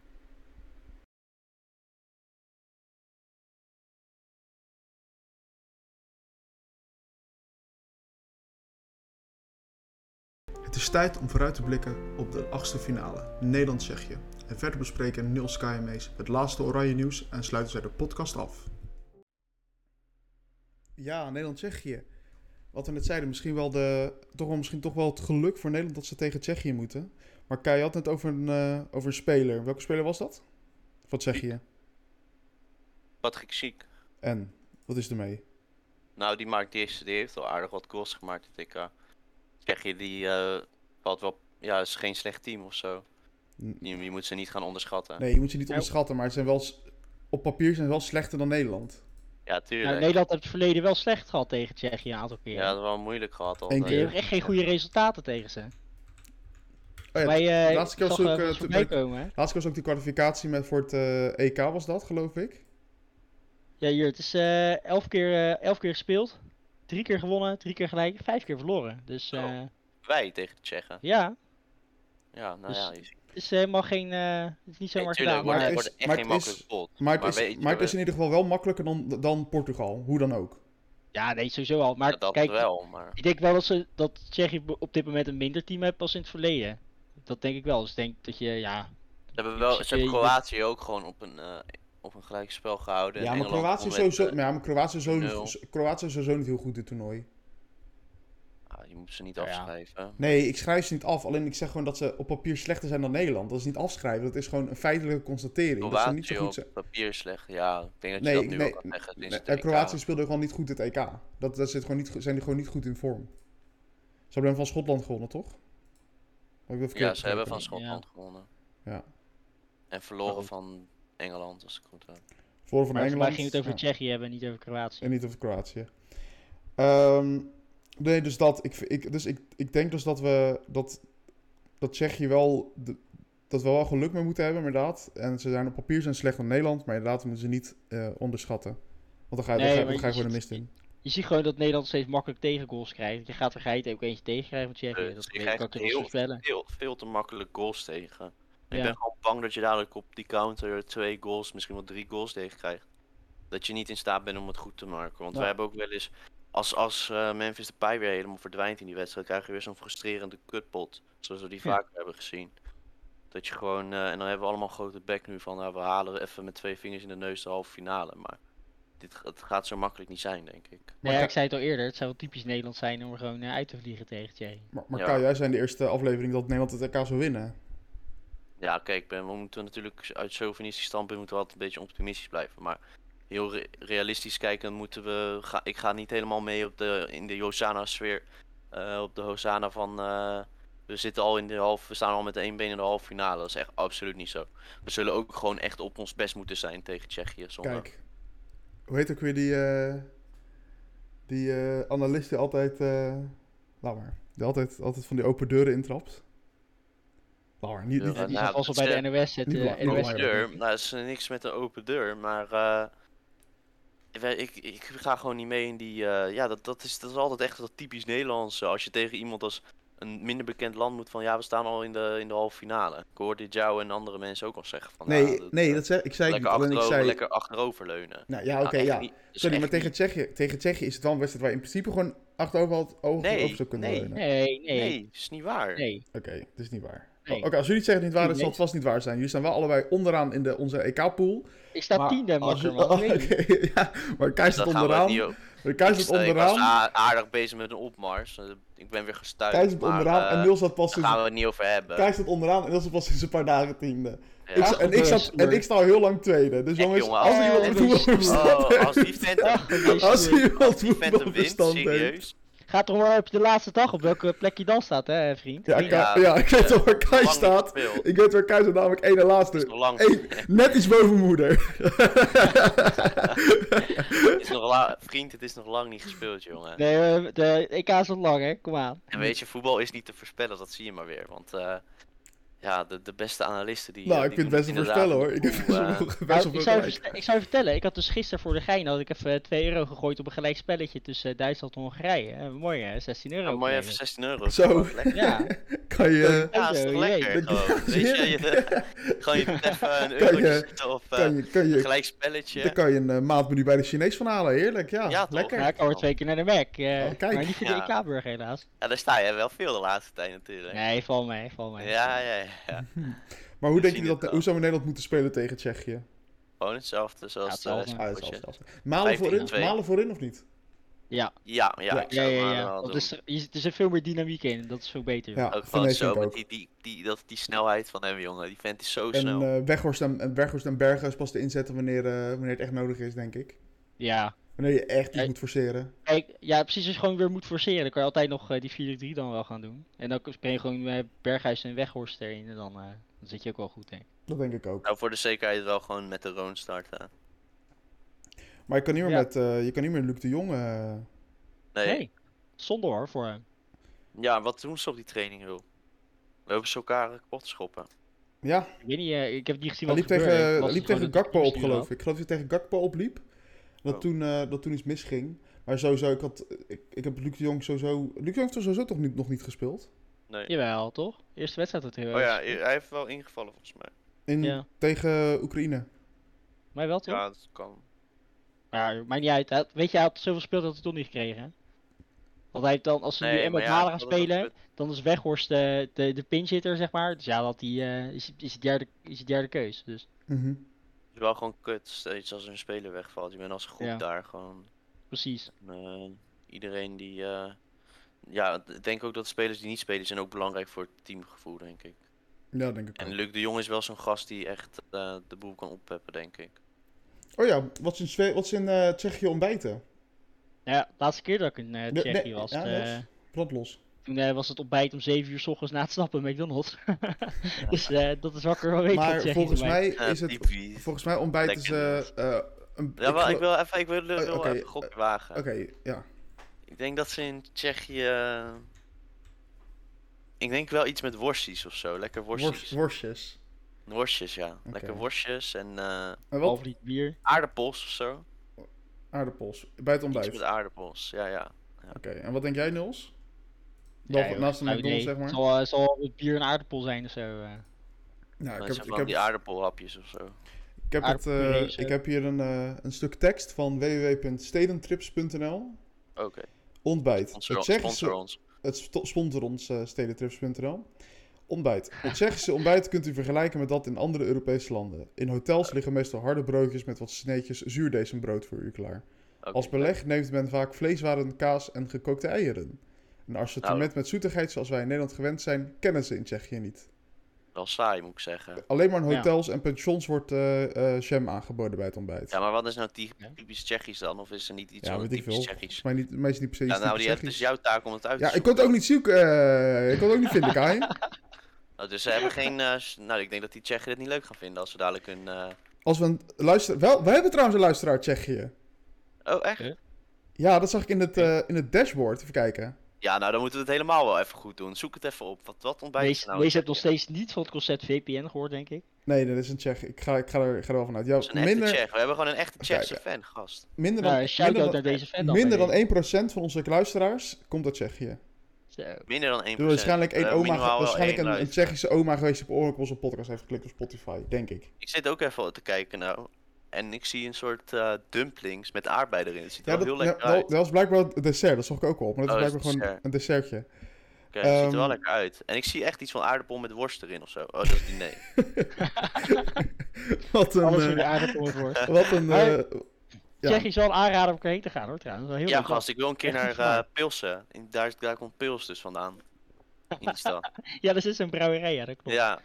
Het is tijd om vooruit te blikken op de achtste finale, Nederland-Tsjechië. En verder bespreken Niels Kaimees het laatste oranje nieuws en sluiten zij de podcast af. Ja, Nederland-Tsjechië. Wat we net zeiden, misschien wel, de, toch wel, misschien toch wel het geluk voor Nederland dat ze tegen Tsjechië moeten. Maar Kai je had het over een, eh, over een speler. Welke speler was dat? Van Tsjechië. Patrick Ziek. En, wat is ermee? Nou, die, maakt, die, heeft, die heeft al aardig wat goals gemaakt, in TK. Tsjechië, die eh, valt wel, ja, is geen slecht team of zo. Je, je moet ze niet gaan onderschatten. Nee, je moet ze Nou- niet onderschatten, maar ze zijn wel, s- op papier zijn ze wel slechter dan Nederland. Ja, Nou, tuurlijk. Nederland heeft het verleden wel slecht gehad tegen Tsjechië een aantal keer. Ja, dat is wel moeilijk gehad al. Eén Die keer. hebben echt geen goede resultaten tegen ze. Oh ja, Wij, eh, de laatste keer ik was zag, ook, eh, eh, was te- voorbij bij- komen, hè? Laatst was ook die kwalificatie met voor het eh, EK was dat, geloof ik. Ja, hier, het is eh, elf, keer, eh, elf keer gespeeld. Drie keer gewonnen, drie keer gelijk, vijf keer verloren. Dus Oh. eh, Wij tegen de Tsjechen. ja, Ja, nou Dus- ja. je- het is helemaal geen... eh, het is niet Nee, zomaar tuurlijk, wordt- gedaan. maar Maar, het wordt is- echt maar geen het is- makkelijk spot. Maar het, weet is, je maar het wel, is in ieder geval wel makkelijker dan, dan Portugal, hoe dan ook. ja, nee, sowieso al. Maar ja, dat kijk, wel, maar... ik denk wel dat, ze, dat Tsjechië b- op dit moment een minder team heeft als in het verleden. Dat denk ik wel. Dus ik denk dat je, ja... Ze hebben, wel, zit ze hebben je- je- Kroatië ook gewoon op een, eh op een gelijk spel gehouden. Ja, en maar Engeland Kroatië is won met, sowieso, eh, maar ja, maar Kroatië is sowieso, nul. Kroatië is sowieso niet heel goed dit toernooi. ah, je moet ze niet Nou ja. afschrijven. Nee, ik schrijf ze niet af. Alleen ik zeg gewoon dat ze op papier slechter zijn dan Nederland. Dat is niet afschrijven, dat is gewoon een feitelijke constatering. dat ze niet zo Kroatië goed op zijn. papier slecht. Ja, ik denk dat je Nee, dat nu nee, wel kan zeggen. sinds Nee, het eh, EK. Kroatië speelde gewoon niet goed het EK. Dat, dat zit gewoon niet, go- zijn die gewoon niet goed in vorm. Ze hebben van Schotland gewonnen, toch? Of heb ik dat eh, Ja, Oh. verkeerd ze hebben van begrepen? Schotland gewonnen. Ja. En verloren Maar goed. van Engeland, als ik goed Voor heb. van Maar volgens mij Engeland. ging het over ja. Tsjechië hebben, niet over Kroatië. En niet over Kroatië. Ehm, nee, dus dat. Ik, ik, dus ik, ik denk dus dat we. Dat, dat Tsjechië wel. De, dat we wel geluk mee moeten hebben, inderdaad. En ze zijn op papier zijn slecht dan Nederland. Maar inderdaad, we moeten ze niet eh, onderschatten. Want dan ga je, Nee, dan ga, je- maar dan ga je je gewoon de mist ziet- in. Je ziet gewoon dat Nederland steeds makkelijk tegengoals krijgt. Je gaat er geiten ook eentje tegen krijgen van Tsjechië. Eh, Dat je weet ik krijgt ook niet heel- voorspellen. Veel, veel te makkelijk goals tegen. Ik Ja. ben gewoon bang dat je dadelijk op die counter twee goals, misschien wel drie goals tegen krijgt. Dat je niet in staat bent om het goed te maken. Want Ja. we hebben ook wel eens, als, als eh, Memphis Depay weer helemaal verdwijnt in die wedstrijd, krijg je weer zo'n frustrerende kutpot. Zoals we die Ja. vaker hebben gezien. Dat je gewoon, eh, en dan hebben we allemaal grote bek nu van, nou, we halen even met twee vingers in de neus de halve finale. Maar dit, ga- het gaat zo makkelijk niet zijn, denk ik. Nou ja, Maar- ik zei het al eerder. Het zou wel typisch Nederland zijn om er gewoon eh, uit te vliegen tegen Tsjechië. Maar, maar Ja. Kai, jij zei in de eerste aflevering dat Nederland het EK zou winnen. Ja, kijk, ben, we moeten natuurlijk uit chauvinistisch standpunt moeten we altijd een beetje optimistisch blijven. Maar heel re- realistisch kijken moeten we... Ga, ik ga niet helemaal mee op de, in de Hosanna-sfeer. eh, op de Hosanna van... eh, we, zitten al in de half, we staan al met de één been in de halve finale. Dat is echt absoluut niet zo. We zullen ook gewoon echt op ons best moeten zijn tegen Tsjechië. Zonder... Kijk. Hoe heet ook weer die. eh, die eh, analist die altijd. eh, laat maar. Die altijd, altijd van die open deuren intrapt. Laat maar. Niet, Ja, niet, Ja, nou, die zat vast al dat is, bij de NOS. Het, niet eh, belang- niet NOS belangrijk. deur. Nou, dat is niks met een open deur, maar. eh, ik weet- ik, ik ga gewoon niet mee in die. eh, ja, dat, dat, is, dat is altijd echt dat typisch Nederlandse. Als je tegen iemand als een minder bekend land moet van. Ja, we staan al in de, in de halve finale. Ik hoorde jou en andere mensen ook al zeggen van. nee, ja, dat- nee, eh, dat zei, ik zei ik niet. lekker, Alleen ik achterover, zei. lekker achteroverleunen. Nou ja, Nou, oké, echt ja. niet- dat is Sorry, echt maar tegen niet- Tsjechië, tegen Tsjechië is het wel een wedstrijd waar je in principe gewoon achterover had ogen Nee, op zou kunnen nee. leunen. Nee, nee, Nee, dat is niet waar. nee. Oké, dat is niet waar. Nee. Oh, Oké, als jullie het zeggen dat het niet waar is, Nee. zal het vast niet waar zijn. Jullie staan wel allebei onderaan in de, onze EK-pool. Ik sta tiende, makker, man. Oké, Ik (laughs) weet niet. ja. Maar Kai Daar zit gaan we het onderaan. niet op. Kai Ik zit sta- ik was onderaan. a- aardig bezig met een opmars. eh, Ik ben weer gestuurd. eh, Kai zit onderaan en Niels zat pas Daar sinds, gaan eh, we het niet over hebben. Kai zat onderaan en Niels zat pas sinds een paar dagen tiende. Ja. Ik sta- en, ik zat, en ik sta al heel lang tweede. Dus Echt, jongens, jongen, als als- iemand eh, het voetbal dit is- verstand (laughs) Oh, als die heeft- vent Ach, jezus. als iemand Phantom voetbal wint, verstand heeft. serieus. Gaat er maar op de laatste dag op welke plek je dan staat, hè, vriend? Ja, Vriend, Kai- ja, ik eh, weet wel waar Kai lang niet staat. gespeeld. Ik weet waar Kai staat, namelijk één en Het laatste. is nog lang. Eén, net iets boven (laughs) moeder. Het is nog la- Vriend, het is nog lang niet gespeeld, jongen. Nee, eh, de EK is nog lang, hè? Kom aan. En weet je, voetbal is niet te voorspellen, dat zie je maar weer. Want eh, ja, de, de beste analisten die. nou, eh, ik die vind het best doen wel inderdaad voorspellen hoor. een Ik heb best wel boel, eh, Nou, best wel ik, veel zou je gelijk. verste- ik zou je vertellen, ik had dus gisteren voor de gein had ik even 2 euro gegooid op een gelijk spelletje tussen eh, Duitsland en Hongarije. Eh, mooi hè, 16 euro. ja, mooi even opgeleverd. 16 euro. Zo. Lekker. (laughs) (laughs) Ja, Kan je, Ja, is Zo, toch jee. lekker Dat- gewoon. Weet je, je, (laughs) gewoon je moet even Kan een je- eurotje zetten of eh, kan je, kan een je, gelijk dan spelletje. kan je een eh, maandmenu bij de Chinees van halen. Heerlijk, ja. Ja, toch? lekker. ja, ik hoor twee keer naar de Mac. eh, Oh, kijk. Maar niet voor de Ja. EK-burg helaas. Ja, daar sta je wel veel de laatste tijd natuurlijk. Nee, val mee, val mee. Ja, ja, ja. Maar hoe We denk zien je dat het wel. hoe zou Nederland moeten spelen tegen Tsjechië? Gewoon hetzelfde zoals Ja, eh, hetzelfde. Ah, dat is Spotje. zelfs- zelfs- Malen 15 voorin, twee. malen voorin of niet? Ja, Ja, ja, Ja. ik ja, zou ja. maar ja. wel Want doen. er, is, er is- er zit veel meer dynamiek in, dat is veel beter. joh. Ja, Ook van gewoon deze zo, vind ik met ook. die, die, die, dat, die snelheid van hem, jongen. Die vent is zo En snel. eh, Weghorst en, en Weghorst en Berghuis pas te inzetten wanneer, eh, wanneer het echt nodig is, denk ik. Ja, Wanneer je echt iets Ja. moet forceren. Kijk, ja, precies. Als je gewoon weer moet forceren, dan kan je altijd nog eh, die 4-3 dan wel gaan doen. En dan ben je gewoon eh, Berghuis en Weghorst erin. En dan, eh, dan zit je ook wel goed, denk ik. Dat denk ik ook. Nou, voor de zekerheid wel gewoon met de Roon starten. Maar je kan niet meer, Ja. met, eh, je kan niet meer Luc de Jong... eh, Nee. Nee, zonde hoor voor hem. Ja, wat doen ze op die training, joh? Lopen ze elkaar kapot te schoppen. ja, Ik weet niet, eh, ik heb niet gezien hij wat liep er tegen, gebeurde. Ik hij was liep gewoon tegen het Gakpo op, bestuur geloof af. ik. Ik geloof dat hij tegen Gakpo opliep. Dat, Oh. toen, eh, dat toen iets misging. Maar sowieso, ik, had, ik, ik heb Luc de Jong sowieso... Luc de Jong heeft toch sowieso toch niet, nog niet gespeeld? Nee. Jawel, toch? Eerste wedstrijd dat heel Oh ja, hij heeft wel ingevallen volgens mij. In, Ja. Tegen Oekraïne. Maar wel toch? Ja, dat kan. Maar ja, maakt niet uit. Hij had- Weet je, hij had zoveel speeltijd dat hij toch niet gekregen. hè? Want hij heeft dan, als ze nu en met Malen gaan dat is ook spelen, kut. dan is Weghorst de, de, de pinchitter, zeg maar. Dus ja, dat die, eh, is, is, die derde, is die derde keus. Dus Mhm. Het is wel gewoon kut steeds als een speler wegvalt. Je bent als groep Ja. daar gewoon. precies. Eh, iedereen die. eh, Ja, ik denk ook dat spelers die niet spelen zijn ook belangrijk voor het teamgevoel, denk ik. Ja, denk ik ook. En Luc de Jong is wel zo'n gast die echt eh, de boel kan oppeppen, denk ik. Oh ja, wat ze in, Zwe- wat ze in eh, Tsjechië ontbijten. Nou ja, laatste keer dat ik in eh, Nee, Tsjechië nee, was, ja, eh, dat is- Plat los. toen eh, was het ontbijt om 7 uur s ochtends na het snappen McDonald's. (laughs) dus eh, dat is wakker wel weten. maar volgens mij Eh, is het... typisch. Volgens mij ontbijten Lekker. ze... eh, een, Ja, maar ik geloof- wil even, ik wil, wil Eh, oké, even een gokje wagen. Oké, ja. Ik denk dat ze in Tsjechië. eh, Ik denk wel iets met worstjes of zo. Lekker worstjes. Worst- worstjes. worstjes, ja. Lekker worstjes en eh, En wat? Behalve die bier. aardappels of zo. Aardappels. Bij het ontbijt. Iets Oké, met aardappels, ja, ja. en wat denk jij, Niels? Wel joh, naast de geen McDonald's, idee. zeg maar. Zal, eh, zal het bier en aardappel zijn of zo. eh. Nou, Maar ik het heb, zijn ik van heb, die aardappelhapjes of zo. ik heb, het, eh, aardappelpuree, zo. ik heb hier een, eh, een stuk tekst van www.stedentrips.nl. Oké, Ontbijt. sponsor, het ons- Tsjechische sponsor ons. Het sto- sponsor ons eh, stedentrips.nl. Ontbijt. Het Tsjechische ontbijt kunt u vergelijken met dat in andere Europese landen. In hotels liggen meestal harde broodjes met wat sneetjes zuurdees en brood voor u klaar. Oké, Als beleg neemt men vaak vleeswaren, kaas en gekookte eieren. Een Nou. assortiment met zoetigheid zoals wij in Nederland gewend zijn, kennen ze in Tsjechië niet. Wel saai, moet ik zeggen. Alleen maar in Ja. hotels en pensions wordt eh, eh, jam aangeboden bij het ontbijt. Ja, maar wat is nou ty- Ja. typisch Tsjechisch dan? Of is er niet iets Ja, van weet ik typisch veel. Tsjechisch? Volgens mij niet, mij is het niet per se Ja, iets nou, die, typisch het is Tsjechisch. jouw taak om het uit te Ja, ik zoeken. kon het ook niet zoeken. eh, ik kon het ook niet (laughs) vinden, Kai. Nou, dus ze hebben geen... eh, s- nou, ik denk dat die Tsjechen het niet leuk gaan vinden als ze dadelijk hun... eh, Als we een luister... Wel, wij hebben trouwens een luisteraar uit Tsjechië. Oh, echt? Ja. Ja, dat zag ik in het, eh, in het dashboard. Even kijken. Ja, nou, dan moeten we het helemaal wel even goed doen. Zoek het even op. Wat, wat ontbijt Deze, ze nou? deze hebt nog steeds niet van het concept VPN gehoord, denk ik. Nee, dat is een Tsjech. Ik ga, ik ga, er, ik ga er wel vanuit. Ja, Dat is een echte minder, Tsjech. We hebben gewoon een echte Even Tsjechse fan, gast. minder dan, Nou, minder shout-out naar dan, deze fan dan. minder dan denk 1% van onze luisteraars komt uit Tsjechië. ik. Zo. Minder dan 1%. Dus waarschijnlijk, één Eh, oma, minimaal wel waarschijnlijk één een, een luister. Tsjechische oma geweest die op oorlog op onze podcast heeft geklikt op Spotify, denk ik. Ik zit ook even te kijken nou. En ik zie een soort eh, dumplings met aardbei erin. Het ziet er Ja, wel dat, heel ja, lekker dat, uit. dat was blijkbaar het dessert, dat zag ik ook wel op. Maar dat Oh, is dat is blijkbaar gewoon een dessertje. (laughs) Oké, het ziet er wel ehm, lekker uit. En ik zie echt iets van aardappel met worst erin of zo. Oh, dat is diner. Wat een... Alles in de eh, aardappel wordt. wat een Maar- eh, ja. Zeg je wel een aanrader om heen te gaan hoor trouwens. Wel Heel ja, leuk. gast, ik wil een keer Echt naar iets waar. eh, Pilsen. In, daar, daar komt Pils dus vandaan. In die (laughs) stad. Ja, dat is dus een brouwerij, ja, dat klopt. ja.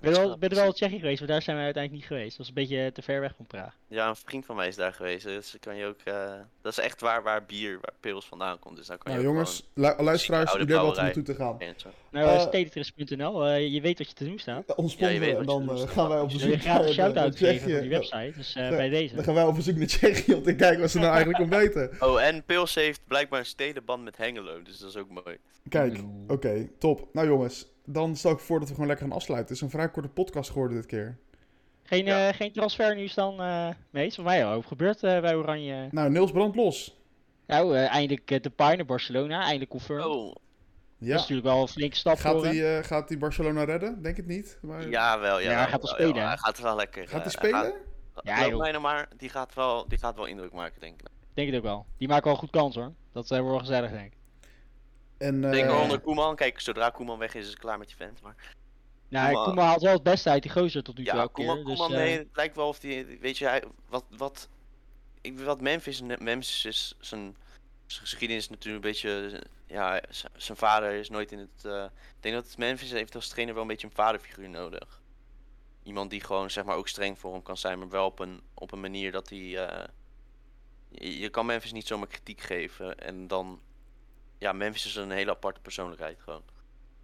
Ik ben, wel, ben er wel in Tsjechië geweest, maar daar zijn we uiteindelijk niet geweest. Dat was een beetje te ver weg van Praag. ja, een vriend van mij is daar geweest. Dus dan kan je ook, eh, dat is echt waar, waar bier, waar Pils vandaan komt. Dus daar kan nou je ook jongens, lu- luisteraars, jullie oude hebben wat om brouwerij. naartoe te gaan. gewoon- en zo. Nou, Eh, uh, eh, je weet wat je te doen staat. Ontsponden Ja, je weet en wat je dan doet. eh, gaan wij op Dus wil je bezoek graag naar- een naar shout-out geven Tsjechië. van die website, dus eh, Ja, bij deze. Dan gaan wij op bezoek naar Tsjechië om te kijken wat ze nou eigenlijk ontbijten. Oh, en Pils heeft blijkbaar een stedenband met Hengelo. Dus dat is ook mooi. Kijk, Oeh. oké, top. Nou jongens, dan stel ik voor dat we gewoon lekker gaan afsluiten. Het is een vrij korte podcast geworden dit keer. Geen, eh Ja. geen transfernieuws dan, eh nee, is voor mij al hoop gebeurd eh, bij Oranje. Nou, Niels brand los. Nou, eh, eindelijk eh, de Pine naar Barcelona, eindelijk confirmed. Oh, Dat Ja. is natuurlijk wel een flinke stap Gaat voor hem. die, eh, gaat die Barcelona redden? Denk het niet. Maar... Ja, wel, ja. Ja, hij gaat wel spelen, hè? Hij gaat wel lekker. Gaat hij eh, spelen? Gaat, Ja, geloof joh. Eh. mij nou maar, die gaat, wel, die gaat wel indruk maken, denk ik. Denk het ook wel. Die maken wel goed kans hoor. Dat eh, wordt wel gezellig denk ik. En, eh, Denk wel onder Koeman. Kijk, zodra Koeman weg is, is het klaar met je vent. Maar... Nou, Koeman- Koeman haalt wel het beste uit die gozer tot nu toe Ja, elke Koeman, keer. Dus, Koeman eh, nee, het lijkt wel of die... Weet je, hij, wat, wat, ik, weet wat Memphis... Memphis is zijn, zijn geschiedenis is natuurlijk een beetje... Ja, z- zijn vader is nooit in het... eh, ik denk dat Memphis heeft als trainer wel een beetje een vaderfiguur nodig. Iemand die gewoon, zeg maar, ook streng voor hem kan zijn. Maar wel op een, op een manier dat hij... eh, je, je kan Memphis niet zomaar kritiek geven. En dan, ja, Memphis is een hele aparte persoonlijkheid gewoon.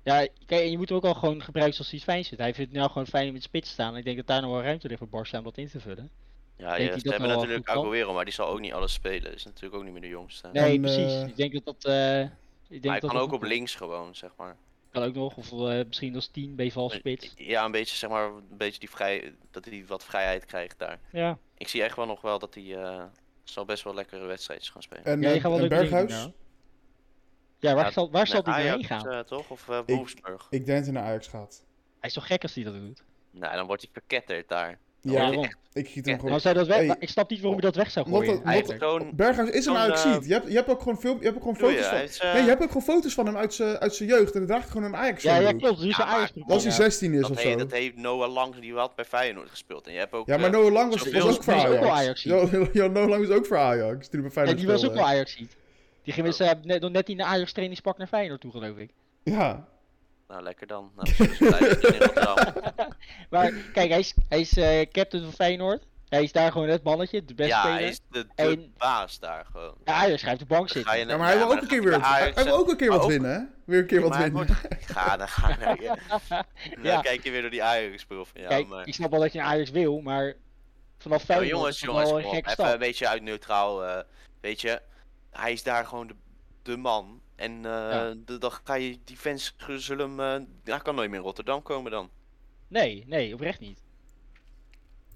Ja, kijk, en je moet hem ook al gewoon gebruiken zoals hij het fijn zit. Hij vindt het nou gewoon fijn om in de spits te staan. Ik denk dat daar nog wel ruimte ligt voor Barca om dat in te vullen. Ja, Denk je, je hebt- dat hebben nou wel natuurlijk goed kan? Aguero, maar die zal ook niet alles spelen. Is natuurlijk ook niet meer de jongste. Nee, Dan, precies. eh, Ik denk dat dat... eh, ik denk maar hij kan dat dat ook goed op is. links gewoon, zeg maar. Eh, Kan ook nog, of eh, misschien als 10 bij valspits. Ja, een beetje, zeg maar, een beetje die vrij, dat hij wat vrijheid krijgt daar. Ja. Ik zie echt wel nog wel dat hij eh, zal best wel lekkere wedstrijdjes gaan spelen. En, Ja, die eh, gaan wel en leuke dingen doen, Berghuis? ja. Ja, waar Ja, zal, waar zal Naar die Ajax, naarheen gaan? eh, toch? Of eh Wolfsburg? Ik denk dat hij naar Ajax gaat. Hij is toch gek als hij dat doet? Nou, dan wordt hij verketterd daar. Ja, Ja, ik- want- ik giet hem Ja, Nou, gewoon... zou dat weg... Hey. Ik snap niet waarom je dat weg zou Wat gooien. een- Hij heeft eigenlijk. zo'n... Berghuis is een Zo'n, Ajax-seat. eh, Je hebt, je hebt ook gewoon, film, je hebt ook gewoon Doe je, foto's hij van... heeft, eh, Nee, je hebt ook gewoon foto's van hem uit zijn uit zijn jeugd. En hij draagt gewoon een ajax Ja, ja, ja, klopt. Dus is Ja, een Ajax. maar- Als hij 16 is dat, dus of heeft, zo. dat heeft Noah Lang, die had bij Feyenoord gespeeld. En je hebt ook... Ja, maar eh, Noah Lang was, zoveel was ook voor spelers- Die is ook wel Ajax. Jo, (laughs) Jo- Noah Lang is ook voor Ajax. Toen hij bij En Feyenoord die was ook speelde. wel Ajax ziet. Die ging met, zijn- net, nog net in de Ajax trainingspak naar Feyenoord toe, geloof ik. Ja. Nou, lekker dan. Nou, (laughs) misschien is het eigenlijk in Rotterdam. Maar kijk, hij is, hij is eh, captain van Feyenoord. Hij is daar gewoon het mannetje, de beste ja, speler. hij is de, de En- baas daar gewoon. Ja, Ajax schrijft de Dan bank zitten. ja, maar hij wil ook een keer weer... Hij hij wil ook een keer wat winnen, hè? Weer een keer wat winnen. (laughs) Ga, dan ga. Nou, ja. (laughs) Dan Ja. kijk je weer door die Ajax-proef. Ja, Kijk, maar... ik snap wel dat je een Ajax wil, maar vanaf Ja, Feyenoord jongens, is dat jongens, wel kom een op. gek even een stap. beetje uit neutraal. eh, weet je, hij is daar gewoon de, de man. En eh, Ja. de, dan ga je die fans ge- zullen hem. eh, hij kan nooit meer in Rotterdam komen dan. Nee, nee, oprecht niet.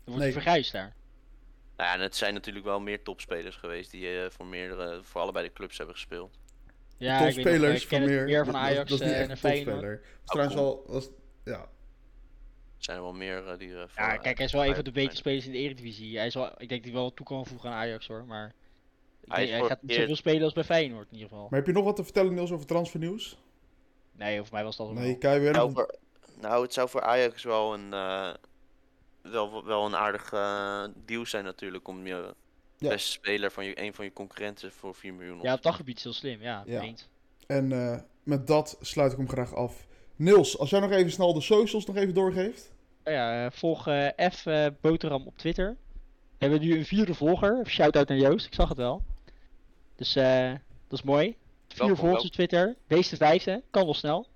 Dan wordt Nee. hij vergrijsd daar. Nou ja, en het zijn natuurlijk wel meer topspelers geweest die eh, voor, meerdere, voor allebei de clubs hebben gespeeld. Ja, ik weet nog, topspelers ik ken het meer. meer van Dat- dat- Ajax dat is niet eh, echt en een Feyenoord. topspeler. Was trouwens wel... Was, ja. Er zijn er wel meer eh, die. eh, voor, Ja, eh, kijk, hij is wel een van de Feyenoord betere spelers in de Eredivisie. Hij is wel, ik denk dat hij wel wat toe kan voegen aan Ajax hoor, maar... Ik Hij weet- is hij voor gaat niet het zoveel spelen als bij Feyenoord in ieder geval. Maar heb je nog wat te vertellen, Niels, over transfernieuws? Nee, voor mij was dat wel. Nee, Kai weer... Nou, voor- nou, het zou voor Ajax wel een, eh, wel, wel een aardig eh, deal zijn natuurlijk om je Ja. beste speler van je, een van je concurrenten voor 4 miljoen op Ja, op dat gebied is heel slim, ja. Ja. Eens. En eh, met dat sluit ik hem graag af. Niels, als jij nog even snel de socials nog even doorgeeft. Nou ja, eh, volg eh, F eh, Boterham op Twitter. We hebben nu een vierde volger. Shout-out naar Joost, ik zag het wel. Dus eh, dat is mooi. Vier Welkom, volgers welkom. op Twitter. Wees de vijfde, kan wel snel.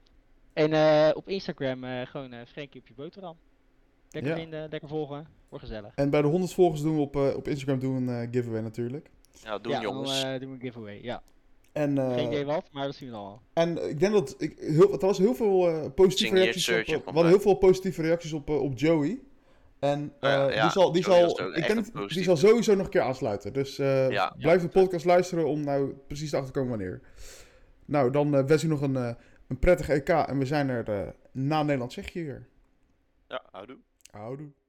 En eh, op Instagram eh, gewoon eh Frenkie op je boterham. Lekker Ja. vinden, lekker volgen. Wordt gezellig. En bij de 100 volgers doen we op, eh, op Instagram doen we een eh, giveaway natuurlijk. Ja, doen ja, jongens. dan eh, doen we een giveaway, ja. En, eh, Geen idee wat, maar dat zien we dan al. en ik denk dat ik, heel, er was heel veel eh, positieve Zing je reacties. Op, search eh, op we hem, hadden hè? heel veel positieve reacties op, eh, op Joey. En eh, Ja, ja, die zal, die Joey was zal, er ook ik echt ken een het, die positieve. zal sowieso nog een keer aansluiten. Dus eh, Ja. blijf de podcast luisteren om nou precies te achterkomen wanneer. Nou, dan eh wens u nog een, eh, een prettig EK en we zijn er eh, na Nederland zeg je weer. Ja, houdoe. Houdoe.